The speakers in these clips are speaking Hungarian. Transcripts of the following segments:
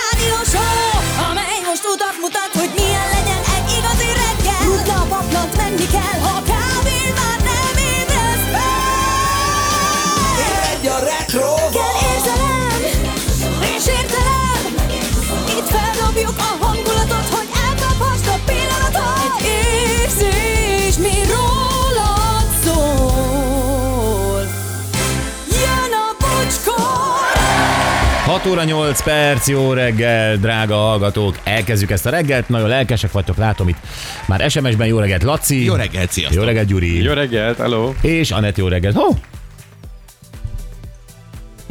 rádió show, amely most utat mutat, hogy milyen legyen egy igazi reggel. Rutna a paplant, menni kell, ha kávén már nem ébresz fel. Egy a retro Kell érzelem, és értelem, itt feldobjuk a hangulatot, hogy elkaphast a pillanatot. Egy érzés, mi rólad szól. Jön a bocskor! 6 óra 8 perc, jó reggel, drága hallgatók. Elkezdjük ezt a reggelt, nagyon lelkesek vagytok, látom itt már SMS-ben jó reggelt, Laci. Jó reggelt, sziasztok. Jó reggelt, Gyuri. Jó reggelt, hello! És Anett, jó reggelt. Ho,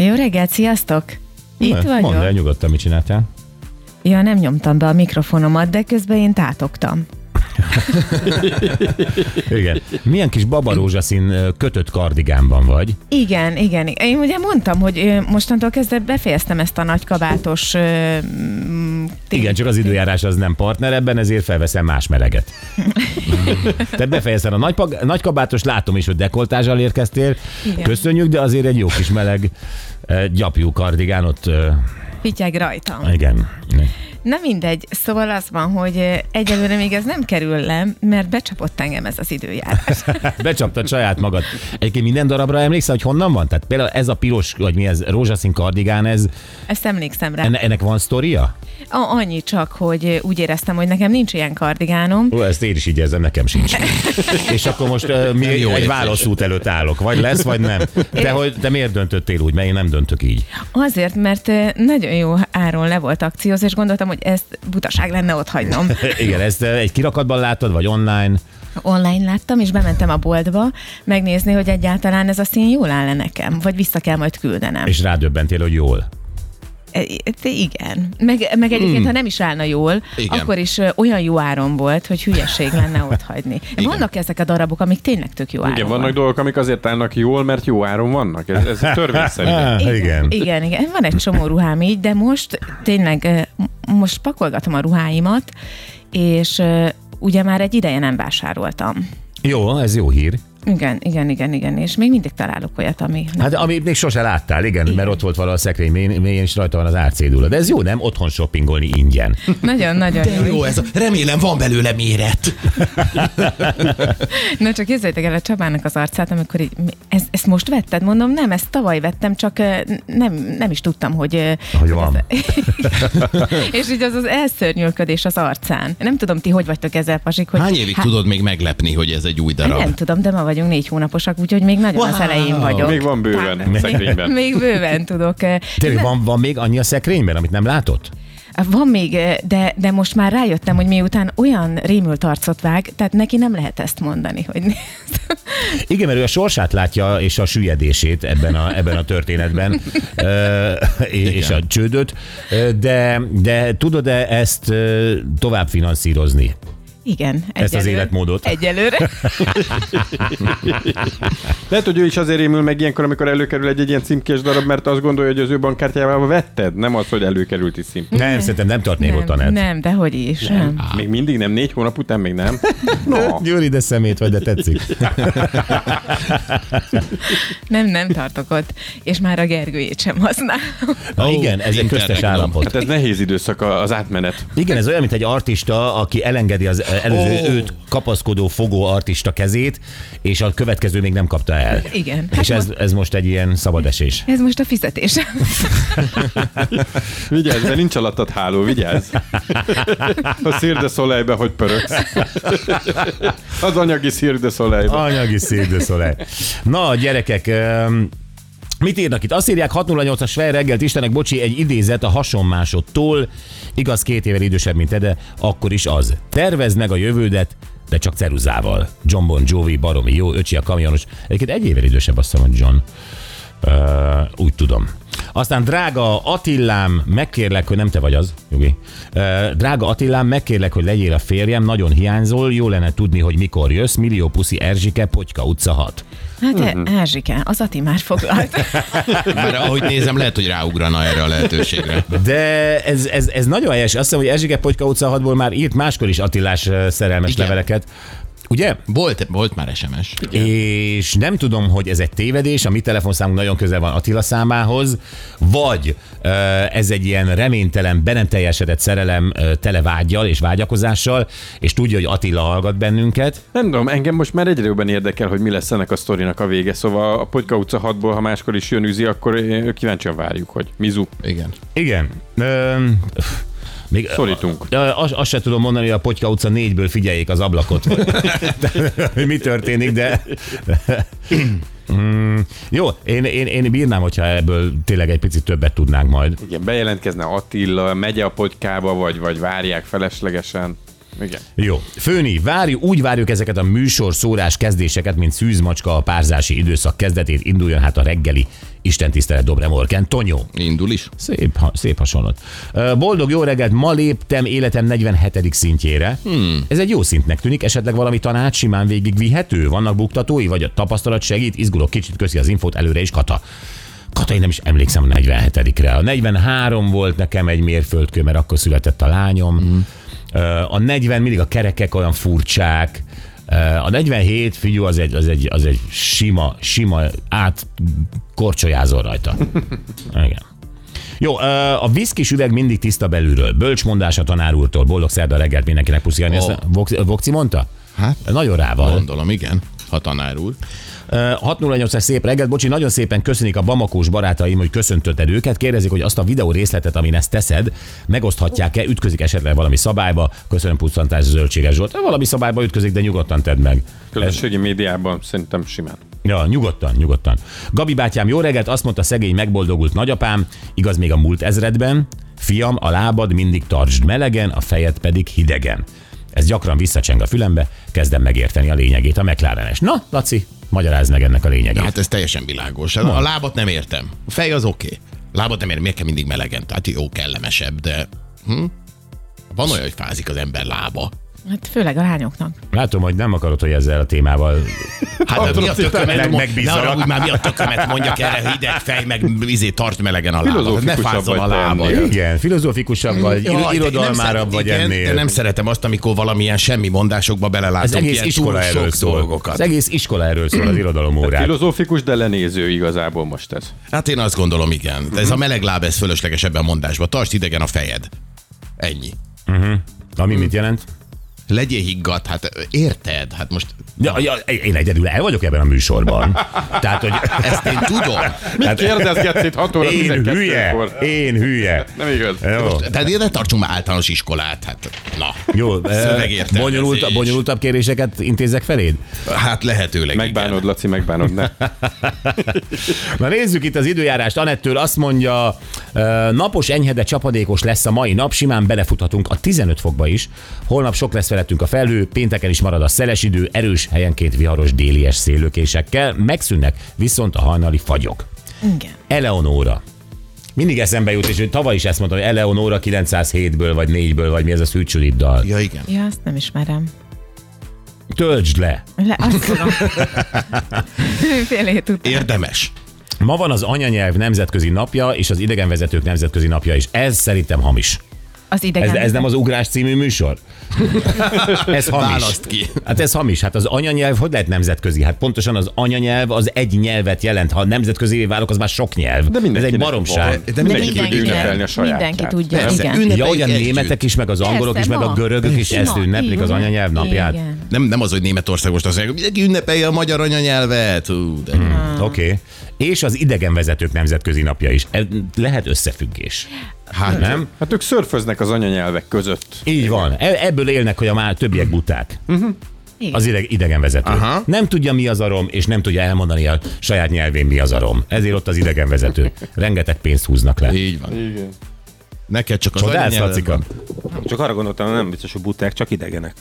Jó reggelt, sziasztok! Itt hát, mondd vagyok. el nyugodtan, mit csináltál. Ja, nem nyomtam be a mikrofonomat, de közben én tátogtam. Igen. Milyen kis babarózsaszín ö, kötött kardigánban vagy. Igen, igen. Én ugye mondtam, hogy ö, mostantól kezdve befejeztem ezt a nagy kabátos... ö, mm, tény- Igen, csak az időjárás az nem partner ebben, ezért felveszem más meleget. Te befejezted a nagy, pag- nagy kabátos, látom is, hogy dekoltázsal érkeztél. Igen. Köszönjük, de azért egy jó kis meleg ö, gyapjú kardigán ott. ö, Fityeg rajtam. Igen. Na mindegy, szóval az van, hogy ö, egyelőre még ez nem kerül le, mert becsapott engem ez az időjárás. Becsaptad saját magad. Egyébként minden darabra emlékszel, hogy honnan van? Tehát például ez a piros, vagy mi ez, rózsaszín kardigán, ez, Ezt emlékszem rá. enne, ennek van sztoria? A- annyi csak, hogy ö, úgy éreztem, hogy nekem nincs ilyen kardigánom. Ó, ezt én is így érzem, nekem sincs. És akkor most ö, mi Nem jó egy érzés. válaszút előtt állok. Vagy lesz, vagy nem. Te, hogy, te miért döntöttél úgy? Mert én nem döntök így. Azért, mert ö, nagyon jó áron le volt akcióz, és gondoltam, hogy ezt butaság lenne ott hagynom. Igen, ezt ö, egy kirakatban láttad, vagy online? Online láttam, és bementem a boltba megnézni, hogy egyáltalán ez a szín jól áll nekem, vagy vissza kell majd küldenem. És rádöbbentél, hogy jól. E- e- Igen. Meg, meg egyébként, ha nem is állna jól, Igen. Igen. akkor is ö, olyan jó áron volt, hogy hülyeség lenne ott hagyni. Igen. Vannak ezek a darabok, amik tényleg tök jó áron Igen, vannak van. dolgok, amik azért állnak jól, mert jó áron vannak. Ez, ez törvényszerű. Ah, igen. Igen, igen. Van egy csomó ruhám így, de most tényleg ö, m- most pakolgatom a ruháimat, és ö, ugye már egy ideje nem vásároltam. Jó, ez jó hír. Igen, igen, igen, igen, és még mindig találok olyat, ami... Hát amit még sose láttál, igen, igen. mert ott volt valahol a szekrény mélyén, mélyén, és rajta van az árcédula. De ez jó, nem? Otthon shoppingolni ingyen. Nagyon-nagyon jó. Jó, ez a, remélem van belőle méret. Na csak képzeljétek el a Csabának az arcát, amikor így, mi- ez, ezt most vetted? Mondom, nem, ezt tavaly vettem, csak ö, nem, nem is tudtam, hogy... ö, Hogy van. és így az az elszörnyűlködés az arcán. Nem tudom, ti hogy vagytok ezzel, Pasik, hogy... Hány évig Hát, tudod még meglepni, hogy ez egy új darab? Nem tudom, de ma vagyunk négy hónaposak, úgyhogy még nagyon wow. az elején vagyok. Még van bőven a szekrényben. Még bőven tudok. eh, ö, Tényleg van, van még annyi a szekrényben, amit nem látott? Van még, ö, de, de most már rájöttem, hogy miután olyan rémült arcot vág, tehát neki nem lehet ezt mondani, hogy nézd. Igen, mert ő a sorsát látja, és a süllyedését ebben a, ebben a történetben, ö, és a csődöt, Ö, de, de tudod-e ezt ö, tovább finanszírozni? Igen. Ezt az egyelőre- életmódot. Egyelőre. Lehet, hogy ő is azért rémül meg ilyenkor, amikor előkerül egy, egy ilyen címkés darab, mert azt gondolja, hogy az ő bankkártyával vetted, nem az, hogy előkerült is cím. Nem, szerintem nem tartnék ott a nem, net. nem, de hogy is. Nem. Nem. Még mindig nem, négy hónap után még nem. No. Gyuri, de szemét vagy, de tetszik. nem, nem tartok ott. És már a Gergőjét sem használom. Oh, igen, ez egy internet köztes gomb. állapot. Hát ez nehéz időszak a- az átmenet. Igen, ez olyan, mint egy artista, aki elengedi az előző Ó. oh. őt kapaszkodó fogó artista kezét, és a következő még nem kapta el. Igen. És Hát ez, ez most egy ilyen szabad esés. Ez most a fizetésem. Vigyázz, de nincs alattad háló, vigyázz. A szírde szolejbe, hogy pörögsz. Az anyagi szírde szolejbe. Anyagi szédőszolej. Na, gyerekek, öm, Mit írnak itt? Azt írják 608-as fel reggelt, Istenek, bocsi, egy idézet a hasonmásodtól. Igaz, két évvel idősebb, mint te, de akkor is az. Tervezd meg a jövődet, de csak ceruzával. John Bon Jovi, baromi jó, öcsi a kamionos. Egyébként egy évvel idősebb azt hiszem, hogy John. Uh, úgy tudom. Aztán drága Attillám, megkérlek, hogy nem te vagy az, Jogi. Uh, drága Attillám, megkérlek, hogy legyél a férjem, nagyon hiányzol, jó lenne tudni, hogy mikor jössz. Millió puszi Erzsike, Potyka utca 6. Hát Mhm. e- Ázsike, az Ati már foglalt. Már ahogy nézem, lehet, hogy ráugrana erre a lehetőségre. De ez, ez, ez nagyon helyes. Azt hiszem, hogy Erzsike Potyka utca 6-ból már írt máskor is Attilás ö, szerelmes Igen. leveleket. Ugye? Volt, volt már SMS. És nem tudom, hogy ez egy tévedés, a mi telefonszámunk nagyon közel van Attila számához, vagy ö, ez egy ilyen reménytelen, be nem teljesedett szerelem ö, tele vágyjal és vágyakozással, és tudja, hogy Attila hallgat bennünket. Nem tudom, engem most már egyre jobban érdekel, hogy mi lesz ennek a sztorinak a vége. Szóval a Potyka utca 6-ból, ha máskor is jön üzi, akkor ö, kíváncsian várjuk, hogy Mizu, Igen. Igen. Ö, öff, még, szorítunk. Ö, Azt, azt se tudom mondani, hogy a Potyka utca 4-ből figyeljék az ablakot, hogy mi történik, de... Mm, jó, én, én, én bírnám, hogyha ebből tényleg egy picit többet tudnánk majd. Igen, bejelentkezne Attila, megy a Potykába, vagy, vagy várják feleslegesen. Igen. Jó. Főni, várjuk, úgy várjuk ezeket a műsor szórás kezdéseket, mint szűzmacska a párzási időszak kezdetét. Induljon hát a reggeli istentisztelet Dobre Morken. Tonyó. Indul is. Szép, ha- szép hasonlat. Ö, Boldog jó reggelt, ma léptem életem 47. szintjére. Hmm. Ez egy jó szintnek tűnik, esetleg valami tanács simán végigvihető? Vannak buktatói, vagy a tapasztalat segít? Izgulok kicsit, köszi az infót, előre is Kata. Kata, én nem is emlékszem a 47-re. A 43 volt nekem egy mérföldkő, mert akkor született a lányom. Hmm. A 40 mindig a kerekek olyan furcsák. Ö, A 47 figyú az egy, az egy, az egy sima, sima átkorcsolyázol rajta. Igen. Jó, ö, a viszkis üveg mindig tiszta belülről. Bölcsmondás a tanár úrtól. Boldog szerda reggelt mindenkinek puszilni. Ezt Ó. Vok- Vokci mondta? Hát, Nagyon rá van. gondolom, igen. Ha tanár úr. Ö, 608-as szép reggelt, bocsi, nagyon szépen köszönik a Bamakós barátaim, hogy köszöntötted őket. Kérdezik, hogy azt a videó részletet, amin ezt teszed, megoszthatják-e, ütközik esetleg valami szabályba. Köszönöm pusztantás zöldséges Zsolt. Ö, Valami szabályba ütközik, de nyugodtan tedd meg. Közösségi médiában szerintem simán. Ja, nyugodtan, nyugodtan. Gabi bátyám, jó reggelt, azt mondta szegény megboldogult nagyapám, igaz még a múlt ezredben, fiam, a lábad mindig tartsd melegen, a fejed pedig hidegen. Ez gyakran visszacseng a fülembe, kezdem megérteni a lényegét a McLarenes. Na, Laci, magyarázd meg ennek a lényegét. De hát ez teljesen világos. A lábat nem értem. A fej az oké. Okay. Lábat nem értem, miért kell mindig melegen? Tehát jó, kellemesebb, de... Hm? Van olyan, hogy fázik az ember lába. Hát főleg a lányoknak. Látom, hogy nem akarod, hogy ezzel a témával... Hát de mi a meg- tökömet, mond, ne megbízalak. arra, úgy már mi a tökömet mondjak erre, hideg fej, meg vizé, tart melegen a lábad. Ne Filozófikusabb fázzon a vagy te lábad. ennél. Igen, filozófikusabb vagy, Jaj, ir- de irodalmárabb nem vagy igen, ennél. De nem szeretem azt, amikor valamilyen semmi mondásokba belelátok. az egész ilyen iskola túl sok erről szól. dolgokat. Az egész iskola erről szól az irodalom órán. Filozófikus, de lenéző igazából most ez. Hát én azt gondolom, igen. Mhm. De ez a meleg láb, ez fölösleges ebben a mondásban. Tartsd idegen a fejed. Ennyi. Ami mit jelent? Legyél higgadt, hát érted? Hát most Ja, ja, én egyedül el vagyok ebben a műsorban. Tehát, hogy ezt én tudom. Mit kérdezgetsz itt 6 óra Hát- én hülye, 12-kor? én hülye. Nem igaz. Jó, Tehát ne tartsunk már általános iskolát. Hát, na. jó eh, Szövegértelmezés. bonyolult, bonyolultabb kéréseket intézek feléd? Hát lehetőleg Megbánod, Laci, megbánod, ne. Na nézzük itt az időjárást. Anettől azt mondja, ö, napos, enyhe, de csapadékos lesz a mai nap, simán belefuthatunk a 15 fokba is. Holnap sok lesz felettünk a felhő, pénteken is marad a szeles idő, erős helyenként viharos délies szélőkésekkel, megszűnnek viszont a hajnali fagyok. Igen. Eleonóra. Mindig eszembe jut, és tavaly is ezt mondtam, hogy Eleonóra 907-ből, vagy 4-ből, vagy mi ez a Szűcs Judit dal. igen. Ja, igen. Ja, azt nem ismerem. Töltsd le! Le, azt tudom. Félét tudtam. Érdemes. Ma van az anyanyelv nemzetközi napja, és az idegenvezetők nemzetközi napja is. Ez szerintem hamis. Az idegen. Ez, ez nem az Ugrás című műsor? ez hamis. Választ ki. Hát ez hamis. Hát az anyanyelv hogy lehet nemzetközi? Hát pontosan az anyanyelv az egy nyelvet jelent. Ha nemzetközi válok, az már sok nyelv. ez egy mindenkinek baromság. van. De Mindenki mindenki tudja Mindenki ünnepelni a sajátját. Mindenki tudja, Persze, igen. ünnep- Ja, hogy a Egy- egy- németek is, meg az angolok Persze, is, meg ma. a görögök is Ma, ezt ünneplik az igen. anyanyelv napját. Igen. Nem, nem az, hogy Németország most azt mondja, hogy mindenki ünnepelje a magyar anyanyelvet. Ú, de... Oké. Okay. És az idegenvezetők nemzetközi napja is. Ez lehet összefüggés. Hát nem. Nem? Hát ők szörföznek az anyanyelvek között. Így van. E- Ebből élnek, hogy a már többiek buták. Mhm. Igen. Az ideg- idegenvezető. Aha. Nem tudja, mi az arom, és nem tudja elmondani a saját nyelvén, mi az arom. Ezért ott az idegenvezető. Rengeteg pénzt húznak le. Így van. Igen. Neked csak az Csodálsz, anyanyelved Lacika? van. Csak arra gondoltam, nem biztos, hogy buták, csak idegenek.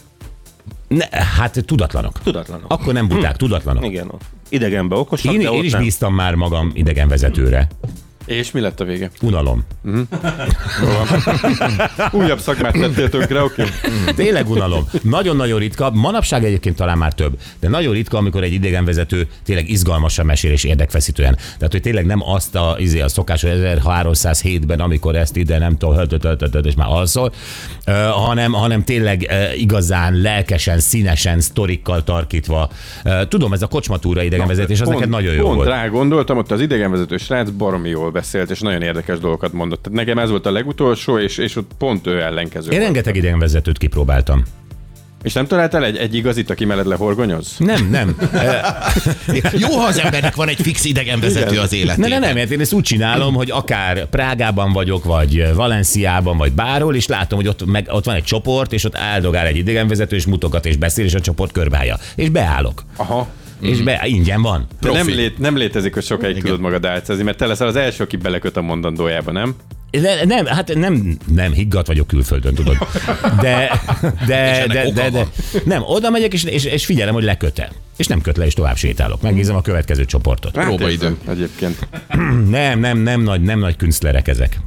Ne, hát tudatlanok. Tudatlanok. Akkor nem buták, tudatlanok. Igen, idegenbe okosak, Én, de én ott is nem. bíztam már magam idegenvezetőre. És mi lett a vége? Unalom. Újabb szakmát tettél tönkre, oké? Okay? Tényleg unalom. Nagyon-nagyon ritka, manapság egyébként talán már több, de nagyon ritka, amikor egy idegenvezető tényleg izgalmasan mesél és érdekfeszítően. Tehát, hogy tényleg nem azt a, izé, a szokás, hogy 1307-ben, amikor ezt ide nem tudom, höltöt, höltöt, höltöt, és már alszol, ö, hanem, hanem tényleg ö, igazán lelkesen, színesen, sztorikkal tarkítva. Ö, Tudom, ez a kocsmatúra idegenvezetés, az neked nagyon jó pont volt. rá gondoltam, ott az idegenvezető srác baromi jól beszélt, és nagyon érdekes dolgokat mondott. Tehát nekem ez volt a legutolsó, és, és ott pont ő ellenkező. Én volt. rengeteg idegenvezetőt kipróbáltam. És nem találtál egy, egy igazit, aki mellett lehorgonyoz? Nem, nem. Jó, ha az embernek van egy fix idegenvezető az Ne, életében. ne, nem, mert én ezt úgy csinálom, hogy akár Prágában vagyok, vagy Valenciában, vagy bárhol, és látom, hogy ott, meg, ott van egy csoport, és ott áldogál egy idegenvezető, és mutogat, és beszél, és a csoport körbálja. És beállok. Aha. És Mhm. be, ingyen van. De nem, Profi. lét, nem létezik, hogy sokáig Igen. tudod magad álcázni, mert te leszel az első, aki beleköt a mondandójába, nem? Ne, nem, hát nem, nem, higgadt vagyok külföldön, tudod. De, És de, ennek de, oka de, de, van. nem, oda megyek, és, és, és figyelem, hogy leköte. És nem köt le, és tovább sétálok. Megnézem a következő csoportot. Próbaidő. Hát Egyébként. Nem, nem, nem nagy, nem nagy künstlerek ezek.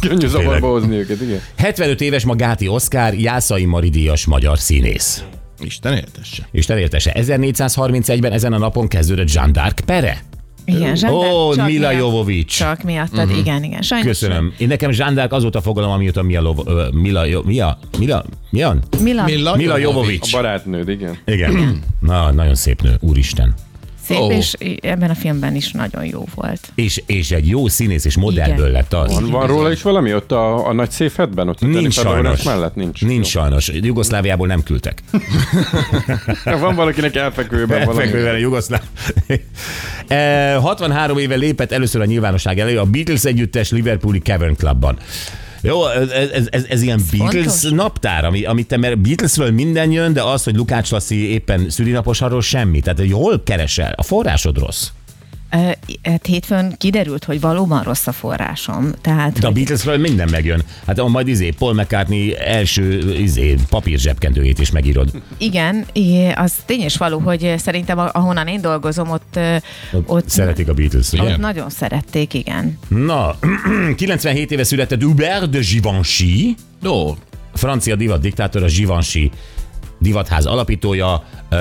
Könnyű Tényleg. zavarba hozni őket, igen. 75 éves ma Gáti Oszkár, Jászai Mari díjas magyar színész. Isten éltesse. Isten értese, 1431-ben ezen a napon kezdődött Jean d'Arc pere. Igen, Ó, zsandár, oh, csak Mila miatt- Jovovics. Csak miattad, uh-huh. igen, igen. Sajnos Köszönöm. Én nekem Jean d'Arc azóta fogalom, amióta Mila, Lov- ö, Mila, jo- Mia, Mila, Mian? Mila, Mila. Milla, Mila A Jovovics. barátnőd, igen. Igen. Na, nagyon szép nő, úristen. szép, Ó. oh. és ebben a filmben is nagyon jó volt. És, és egy jó színész és modellből Igen. lett az. Van, van róla is valami ott a, a nagy széfedben? Ott a Nincs Jennifer sajnos. Lawrence mellett? Nincs. Nincs sajnos. Jugoszláviából nem küldtek. Van valakinek elfekvőben valami. Fekvővel a jugoszláv. E, 63 éve lépett először a nyilvánosság elé a Beatles együttes Liverpooli Cavern Clubban. Jó, ez, ez, ez, ez ilyen Beatles fontos. naptár, ami, amit te, mert Beatlesről minden jön, de az, hogy Lukács Laci éppen szülinapos, arról semmi. Tehát, hogy hol keresel? A forrásod rossz. Ö, Hát hétfőn kiderült, hogy valóban rossz a forrásom. Tehát De a Beatlesről minden megjön. Hát majd izé, Paul McCartney első izé, papír zsebkendőjét is megírod. igen, i- az tény és való, hogy szerintem a- ahonnan én dolgozom, ott, ö, Ott, ott, Szeretik a Beatles. ott ugye? nagyon szerették, igen. Na, 97 éve született Hubert de Givenchy. Ó, francia divat diktátor, a Givenchy divatház alapítója, ö,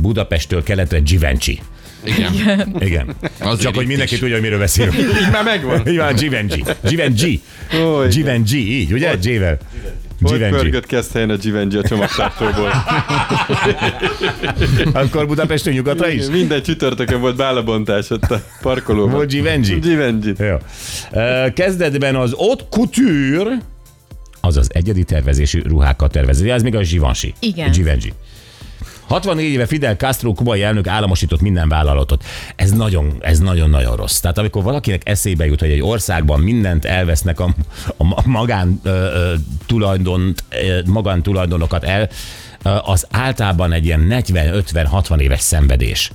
Budapesttől keletre Givenchy. igen. Igen. Az Csak hogy mindenki tudja, hogy miről beszélünk. Így már megvan. Így van, Givenchy. Givenchy. Ó, igen. Givenchy, így, ugye? Givenchy. Hogy Givenchy. pörgött kezd helyen a Givenchy a csomagtartóból. Akkor Budapestől nyugatra is? Minden csütörtökön volt bálabontás ott a parkolóban. Volt Givenchy? Givenchy. Jó. Ö, Kezdetben az haute couture, azaz egyedi tervezésű ruhákat tervező. Ez még a Givenchy. Igen. Givenchy. 64 éve Fidel Castro kubai elnök államosított minden vállalatot. Ez nagyon, ez nagyon-nagyon rossz. Tehát amikor valakinek eszébe jut, hogy egy országban mindent elvesznek a, a ma- magán ö, ö, tulajdont, ö, magán tulajdonokat el, ö, az általában egy ilyen 40-50-60 éves szenvedés.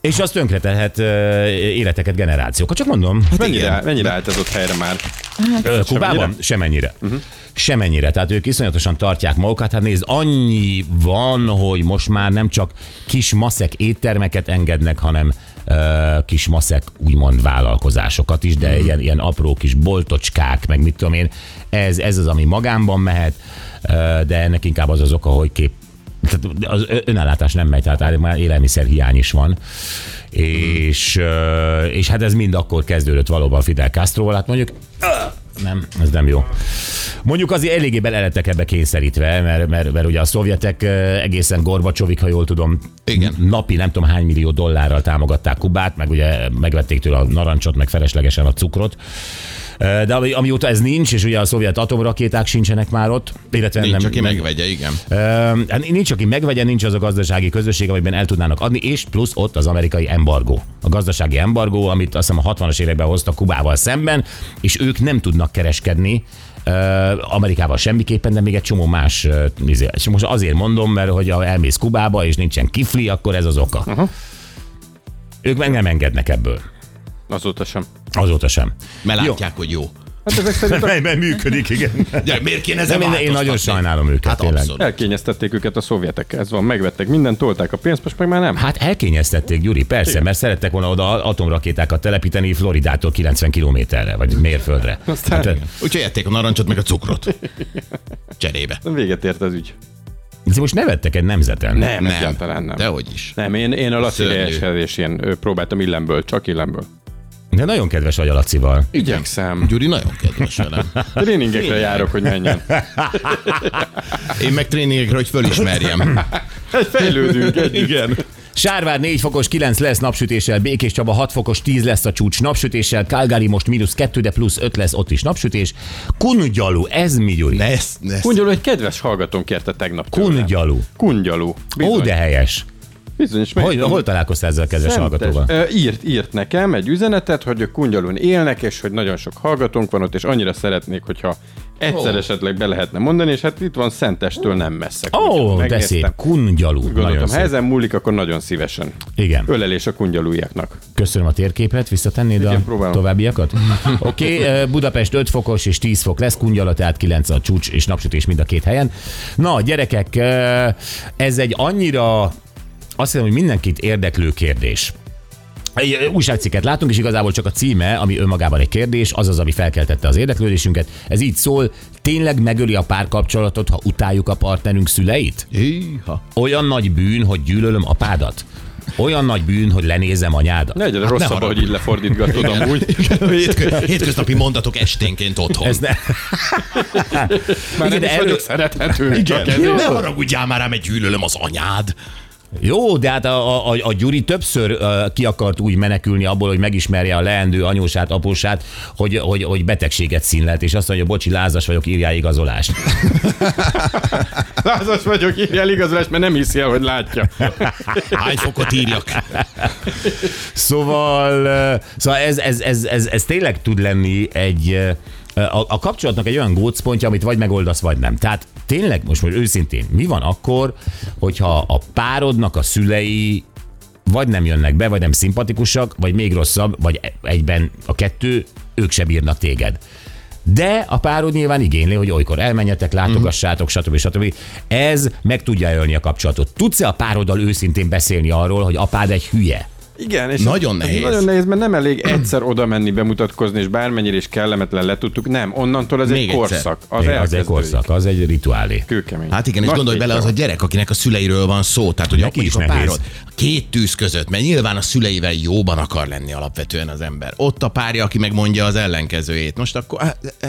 És az tönkretehet ö, életeket generációkat. Csak mondom. Mennyire, áll- mennyire állt ez ott helyre már? Ö, Kubában? Semennyire. Uh-huh. Semennyire. Tehát ők iszonyatosan tartják magukat. Hát nézd, annyi van, hogy most már nem csak kis maszek éttermeket engednek, hanem ö, kis maszek úgymond vállalkozásokat is, de ilyen, ilyen apró kis boltocskák, meg mit tudom én. Ez, ez az, ami magánban mehet, ö, de ennek inkább az az oka, hogy kép tehát az ö- önellátás nem megy, tehát már élelmiszer hiány is van. És, ö, és hát ez mind akkor kezdődött valóban Fidel Castroval, hát mondjuk nem, ez nem jó. Mondjuk azért eléggé bele lettek ebbe kényszerítve, mert, mert, mert ugye a szovjetek ö, egészen Gorbacsovig, ha jól tudom, Igen. napi nem tudom hány millió dollárral támogatták Kubát, meg ugye megvették tőle a narancsot, meg feleslegesen a cukrot. Ö, De ami- amióta ez nincs, és ugye a szovjet atomrakéták sincsenek már ott, illetve Nincs, nem, aki nem, megvegye, igen. Öm, hát nincs, aki megvegye, nincs az a gazdasági közösség, amiben el tudnának adni, és plusz ott az amerikai embargó. A gazdasági embargó, amit azt hiszem a 60-as években hoztak Kubával szemben, és ők nem tudnak kereskedni ö, Amerikával semmiképpen, de még egy csomó más. ö, izé. És most azért mondom, mert hogy ha elmész Kubába, és nincsen kifli, akkor ez az oka. Aha. Ők meg nem engednek ebből. Azóta sem. Azóta sem. Mert Jó. látják, hogy jó. Hát ezek szerint a- Fejben működik, igen. De miért kéne De ezen én, én nagyon változtatni? sajnálom őket, Hát tényleg. abszolút. elkényeztették őket a szovjetek. Ez van, megvettek mindent, tolták a pénzt, most meg már nem. Hát elkényeztették, Gyuri, persze, Igen. mert szerettek volna oda atomrakétákat telepíteni Floridától 90 kilométerre, vagy mérföldre. Aztán- Hát, Úgyhogy ették a narancsot, meg a cukrot. Cserébe. Véget ért az ügy. ez most nevettek egy nemzeten. Nem, nem. egyáltalán nem. Dehogy is. Nem, én, én a Laci Szörnyű. helyesedésén ö, próbáltam illemből, csak illemből. De nagyon kedves vagy a Lacival. Igyekszem. Gyuri nagyon kedves velem. Tréningekre járok, hogy menjen. Én meg tréningekre, hogy fölismerjem. Egy fejlődünk együtt. Igen. Sárvár 4 fokos 9 lesz napsütéssel, Békés Csaba 6 fokos 10 lesz a csúcs napsütéssel, Calgary most mínusz 2, de plusz 5 lesz ott is napsütés. Kungyalú, ez mi Gyuri? Ne ezt, ne ezt. Kungyalú egy kedves hallgatón kérte tegnap. tőlem. Kungyalú. Kungyalú. Bizony, Ó, de helyes. bizonyos, Hol, hol találkoztál ezzel a kedves hallgatóval? Ö, Írt, írt nekem egy üzenetet, hogy ők Kungyalun élnek, és hogy nagyon sok hallgatónk van ott, és annyira szeretnék, hogyha egyszer Ó. esetleg be lehetne mondani, és hát itt van Szentestől nem messze. Kungyalú. Ó, de Megnéztem. szép. Kungyalú. Nagyon Gondoltam, ha szép. ezen múlik, akkor nagyon szívesen. Igen. Ölelés a kungyalújaknak. Köszönöm a térképet, visszatennéd Igen, a próbálom. továbbiakat? Oké, okay, Budapest 5 fokos és 10 fok lesz, Kungyala, tehát 9 a csúcs és napsütés mind a két helyen. Na, gyerekek, ö, ez egy annyira, azt hiszem, hogy mindenkit érdeklő kérdés. Egy ö, újságcikket látunk, és igazából csak a címe, ami önmagában egy kérdés, az az, ami felkeltette az érdeklődésünket. Ez így szól, tényleg megöli a párkapcsolatot, ha utáljuk a partnerünk szüleit? Híha. Olyan nagy bűn, hogy gyűlölöm apádat? Olyan nagy bűn, hogy lenézem anyádat? Ne egyre hát rosszabb, haragudj. hogy így lefordítgatod amúgy. Hétkö, hétköznapi mondatok esténként otthon. Ez ne... Igen, Már nem de is erről- vagyok szerethető. Igen. Csak ezért. Ne haragudjál már rám, egy gyűlölöm az anyád. Jó, de hát a, a, a Gyuri többször uh, ki akart úgy menekülni abból, hogy megismerje a leendő anyósát, apósát, hogy, hogy, hogy betegséget színlelt, és azt mondja, bocsi, lázas vagyok, írjál igazolást. Lázas vagyok, írj el igazolást, mert nem hiszi el, hogy látja. Hány fokot írjak? Szóval, uh, szóval ez, ez, ez, ez, ez tényleg tud lenni egy uh, a, a kapcsolatnak egy olyan gócpontja, amit vagy megoldasz, vagy nem. Tehát tényleg most, most őszintén, mi van akkor, hogyha a párodnak a szülei vagy nem jönnek be, vagy nem szimpatikusak, vagy még rosszabb, vagy egyben a kettő, ők sem bírnak téged. De a párod nyilván igényli, hogy olykor elmenjetek, látogassátok, stb. stb. Ez meg tudja ölni a kapcsolatot. Tudsz-e a pároddal őszintén beszélni arról, hogy apád egy hülye? Igen, és Nagyon ez- ez nehéz. Nagyon nehéz, mert nem elég egyszer oda menni, bemutatkozni, és bármennyire is kellemetlen letudtuk. Nem, onnantól ez Még egy egyszer. korszak. Az, Az, az egy elkezdődik. korszak, az egy rituálé. Kőkemény. Hát igen, és Nagy gondolj bele, az a tétel gyerek, akinek a szüleiről van szó, tehát hogy Neki akkor is is a nehéz. párod két tűz között, mert nyilván a szüleivel jóban akar lenni alapvetően az ember. Ott a párja, aki megmondja az ellenkezőjét. Most akkor... á, á, á,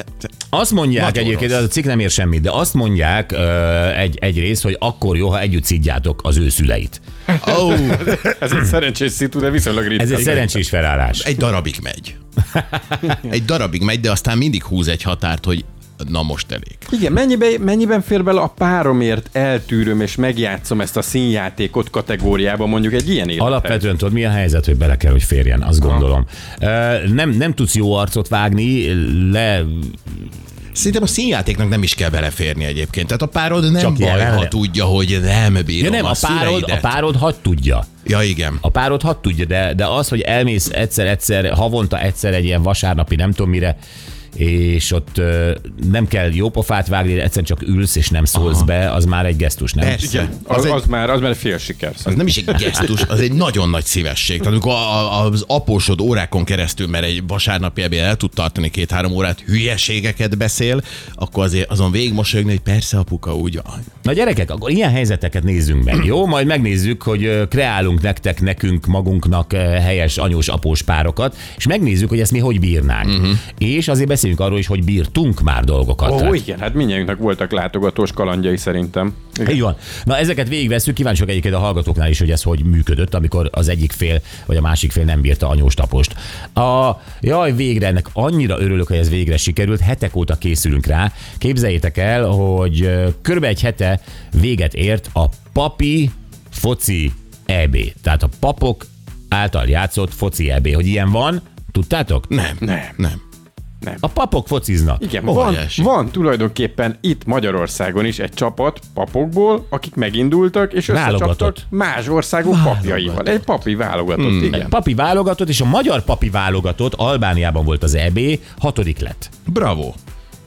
Azt mondják Nagyon egyébként, rossz. az a cikk nem ér semmit, de azt mondják ö, egy, egyrészt, hogy akkor jó, ha együtt szidjátok az ő szüleit. Ó, jó. Ez egy szerencsés szitu, de viszonylag ritka. Ez egy szerencsés felállás. egy darabig megy. Egy darabig megy, de aztán mindig húz egy határt, hogy na most elég. Igen, mennyiben, mennyiben fér bele a páromért eltűröm és megjátszom ezt a színjátékot kategóriába mondjuk egy ilyen élethez? Alapvetően tudod, mi a helyzet, hogy bele kell, hogy férjen, azt gondolom. Ö, Nem, nem tudsz jó arcot vágni, le Szerintem a színjátéknak nem is kell beleférni egyébként. Tehát a párod nem Csak Csak baj, jelenleg. ha tudja, hogy nem bírom Ja nem, a párod, a szüleidet. párod hadd tudja. Ja igen. A párod hadd tudja, de, de az, hogy elmész egyszer-egyszer, havonta egyszer egy ilyen vasárnapi, nem tudom mire, és ott ö, nem kell jó pofát vágni, de egyszerűen csak ülsz és nem szólsz Aha. be, az már egy gesztus, nem? Persze. Igen, Az az, az, egy- az, már, az már fél siker. Az nem is egy gesztus, az egy nagyon nagy szívesség. Tehát amikor a- a- az apósod órákon keresztül, mert egy vasárnapi ebéd el tud tartani két-három órát, hülyeségeket beszél, akkor azért azon végigmosolyogni, hogy persze apuka úgy. van. Na gyerekek, akkor ilyen helyzeteket nézzünk meg, jó? Majd megnézzük, hogy ö, kreálunk nektek, nekünk, magunknak ö, helyes anyós após párokat, és megnézzük, hogy ezt mi hogy bírnánk. Uh-huh. És azért beszéljünk arról is, hogy bírtunk már dolgokat. Ó, Tehát- oh, igen, hát mindjárt voltak látogatós kalandjai szerintem. Igen. Hát Így van. Na ezeket végigveszünk, kíváncsiak egyébként a hallgatóknál is, hogy ez hogy működött, amikor az egyik fél vagy a másik fél nem bírta anyós tapost. A, jaj, végre ennek annyira örülök, hogy ez végre sikerült, hetek óta készülünk rá. Képzeljétek el, hogy ö, kb. egy hete véget ért a papi foci EB, tehát a E papok által játszott foci EB, hogy ilyen van, tudtátok? Nem, Nem. nem. Nem. A papok fociznak. Igen, Hova van, esik? van tulajdonképpen itt Magyarországon is egy csapat papokból, akik megindultak és összecsaptak Válogatott. más országok papjaival. Egy papi válogatott, hmm. igen. Papi válogatott, és a magyar papi válogatott Albániában volt az EB, hatodik lett. Bravo.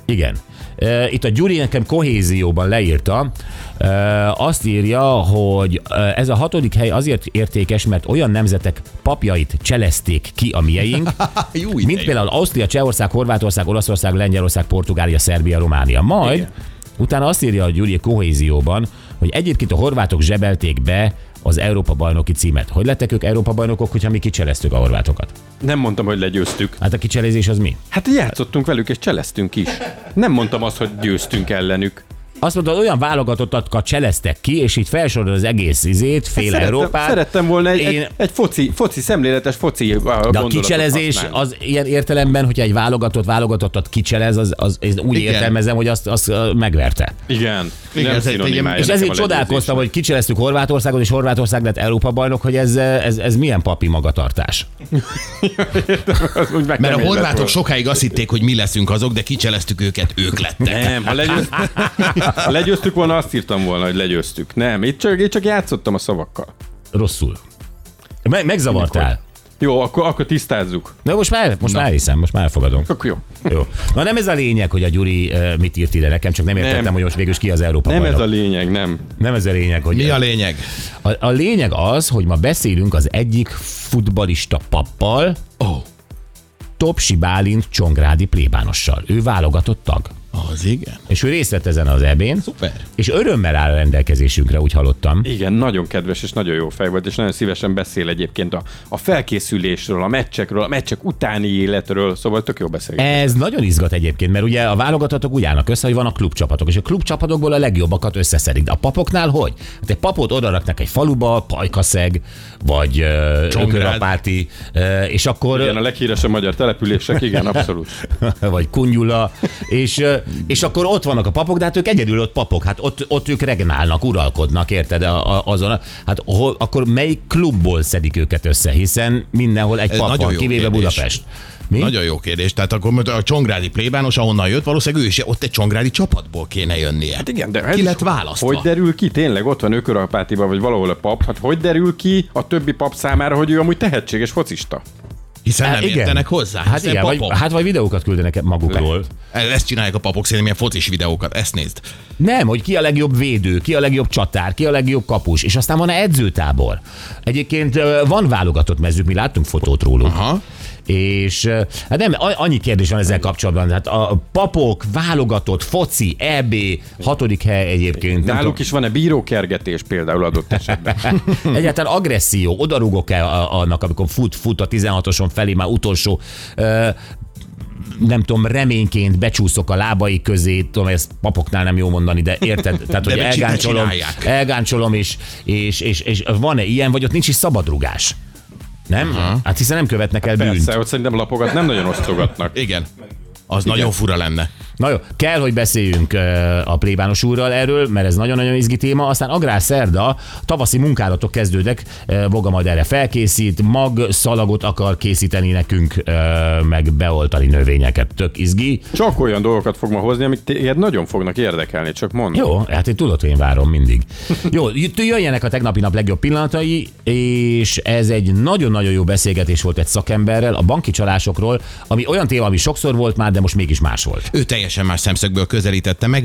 Igen. E, Itt a Gyuri nekem kohézióban leírta, E, azt írja, hogy e, ez a hatodik hely azért értékes, mert olyan nemzetek papjait cselezték ki a mieink, Jó mint például Ausztria, Csehország, Horvátország, Olaszország, Lengyelország, Portugália, Szerbia, Románia. Majd Igen. utána azt írja a Gyuri a kohézióban, hogy egyébként a horvátok zsebelték be az Európa bajnoki címet. Hogy lettek ők Európa bajnokok, hogyha mi kicseleztük a horvátokat? Nem mondtam, hogy legyőztük. Hát a kicselezés az mi? Hát játszottunk velük és cseleztünk is. Nem mondtam azt, hogy győztünk ellenük. Azt mondod, olyan válogatottakat cseleztek ki, és így felsorolod az egész izét, fél Hát szerettem, Európát. Szerettem volna egy, Én- egy, egy foci, foci, szemléletes foci uh, De a gondolatot kicselezés használni. az ilyen értelemben, hogyha egy válogatott válogatottat kicselez, az, az, az úgy Igen. Igen. értelmezem, hogy azt, azt ö, megverte. Igen, Igen, igen nem ez egy- egy- szinonimája És nekem ezért a legyőzésnek. csodálkoztam, hogy kicseleztük Horvátországot, és Horvátország lett Európa bajnok, hogy ez, ez, ez milyen papi magatartás. Az úgy meg Mert a nem illett horvátok volna. sokáig azt hitték, hogy mi leszünk azok, de kicseleztük őket, ők lettek. Nem, ha, legyőz... ha legyőztük volna, azt írtam volna, hogy legyőztük. Nem, itt csak, itt csak játszottam a szavakkal. Rosszul. Me- megzavartál. Jó, akkor, akkor tisztázzuk. Na most már, most már hiszem, most már fogadom. Akkor jó. Jó. Na nem ez a lényeg, hogy a Gyuri ö, mit írt ide nekem, csak nem értettem, Nem. hogy most végül is ki az Európa Nem ez bajnok. a lényeg, nem. Nem ez a lényeg, hogy Mi a lényeg? A, a lényeg az, hogy ma beszélünk az egyik futbalista pappal, Ó, Topsi Bálint Csongrádi plébánossal. Ő válogatott tag, az igen. és ő részt vett ezen az ebén, Szuper. és örömmel áll a rendelkezésünkre, úgy hallottam. Igen, nagyon kedves és nagyon jó fej volt, és nagyon szívesen beszél egyébként a, a felkészülésről, a meccsekről, a meccsek utáni életről, szóval tök jó beszélgetés. Ez nagyon izgat egyébként, mert ugye a válogatottak úgy állnak össze, hogy van a klubcsapatok, és a klubcsapatokból a legjobbakat összeszedik. De a papoknál hogy? Hát egy papot odaraknak egy faluba, Pajkaszeg, vagy ö, Csongrád. Ökörapáti, ö, és akkor... Igen, a leghíresebb magyar települések, igen, abszolút. vagy kunyula, és, ö, és akkor ott vannak a papok, de hát ők egyedül ott papok, hát ott, ott ők regnálnak, uralkodnak, érted? A, a, azon, a, hát hol, akkor melyik klubból szedik őket össze, hiszen mindenhol egy Ez pap nagyon van, jó kivéve kérdés. Budapest. Mi? Nagyon jó kérdés. Tehát akkor most a csongrádi plébános, ahonnan jött, valószínűleg ő is ott egy csongrádi csapatból kéne jönnie. Hát Igen, de ez Ki is- lett választva? Hogy derül ki? Tényleg ott van Ökörapátiban, vagy valahol a pap. Hát hogy derül ki a többi pap számára, hogy ő amúgy tehetséges focista? Hiszen Hát nem igen. értenek hozzá. Hát igen, vagy, papok. hát vagy videókat küldenek magukról. Ezt csinálják a papok szerintem ilyen focis videókat, ezt nézd. Nem, hogy ki a legjobb védő, ki a legjobb csatár, ki a legjobb kapus, és aztán van-e edzőtábor. Egyébként ö, van válogatott mezők, mi láttunk fotót róluk. Aha. És ö, hát nem, a- annyi kérdés van ezzel kapcsolatban. Hát a papok, válogatott, foci, EB, hatodik hely egyébként. nem Náluk is van-e bírókergetés például adott esetben? tudom. Egyáltalán agresszió, odarúgok-e a- annak, amikor fut, fut a 16-oson felé, már utolsó ö, nem tudom, reményként becsúszok a lábai közé, tudom, ezt papoknál nem jó mondani, de érted? Tehát, hogy mit csin- elgáncsolom, csinálják? elgáncsolom és, és, és, és van-e ilyen, vagy ott nincs is szabadrugás? Nem? Uh-huh. Hát hiszen nem követnek el bűnt. Persze, ott szerintem lapogat nem nagyon osztogatnak. Igen. Az Igen. nagyon fura lenne. Na jó, kell, hogy beszéljünk ö, a plébános úrral erről, mert ez nagyon-nagyon izgi téma. Aztán Agrár Szerda, tavaszi munkálatok kezdődnek, ö, Boga majd erre felkészít, mag szalagot akar készíteni nekünk, ö, meg beoltani növényeket. Tök izgi. Csak olyan dolgokat fog ma hozni, amik téged nagyon fognak érdekelni, csak mondd. Jó, hát én tudod, hogy én várom mindig. Jó, jött- jöjjenek a tegnapi nap legjobb pillanatai, és ez egy nagyon-nagyon jó beszélgetés volt egy szakemberrel a banki csalásokról, ami olyan téma, ami sokszor volt már, de most mégis más volt. Ő teljesen más szemszögből közelítette meg,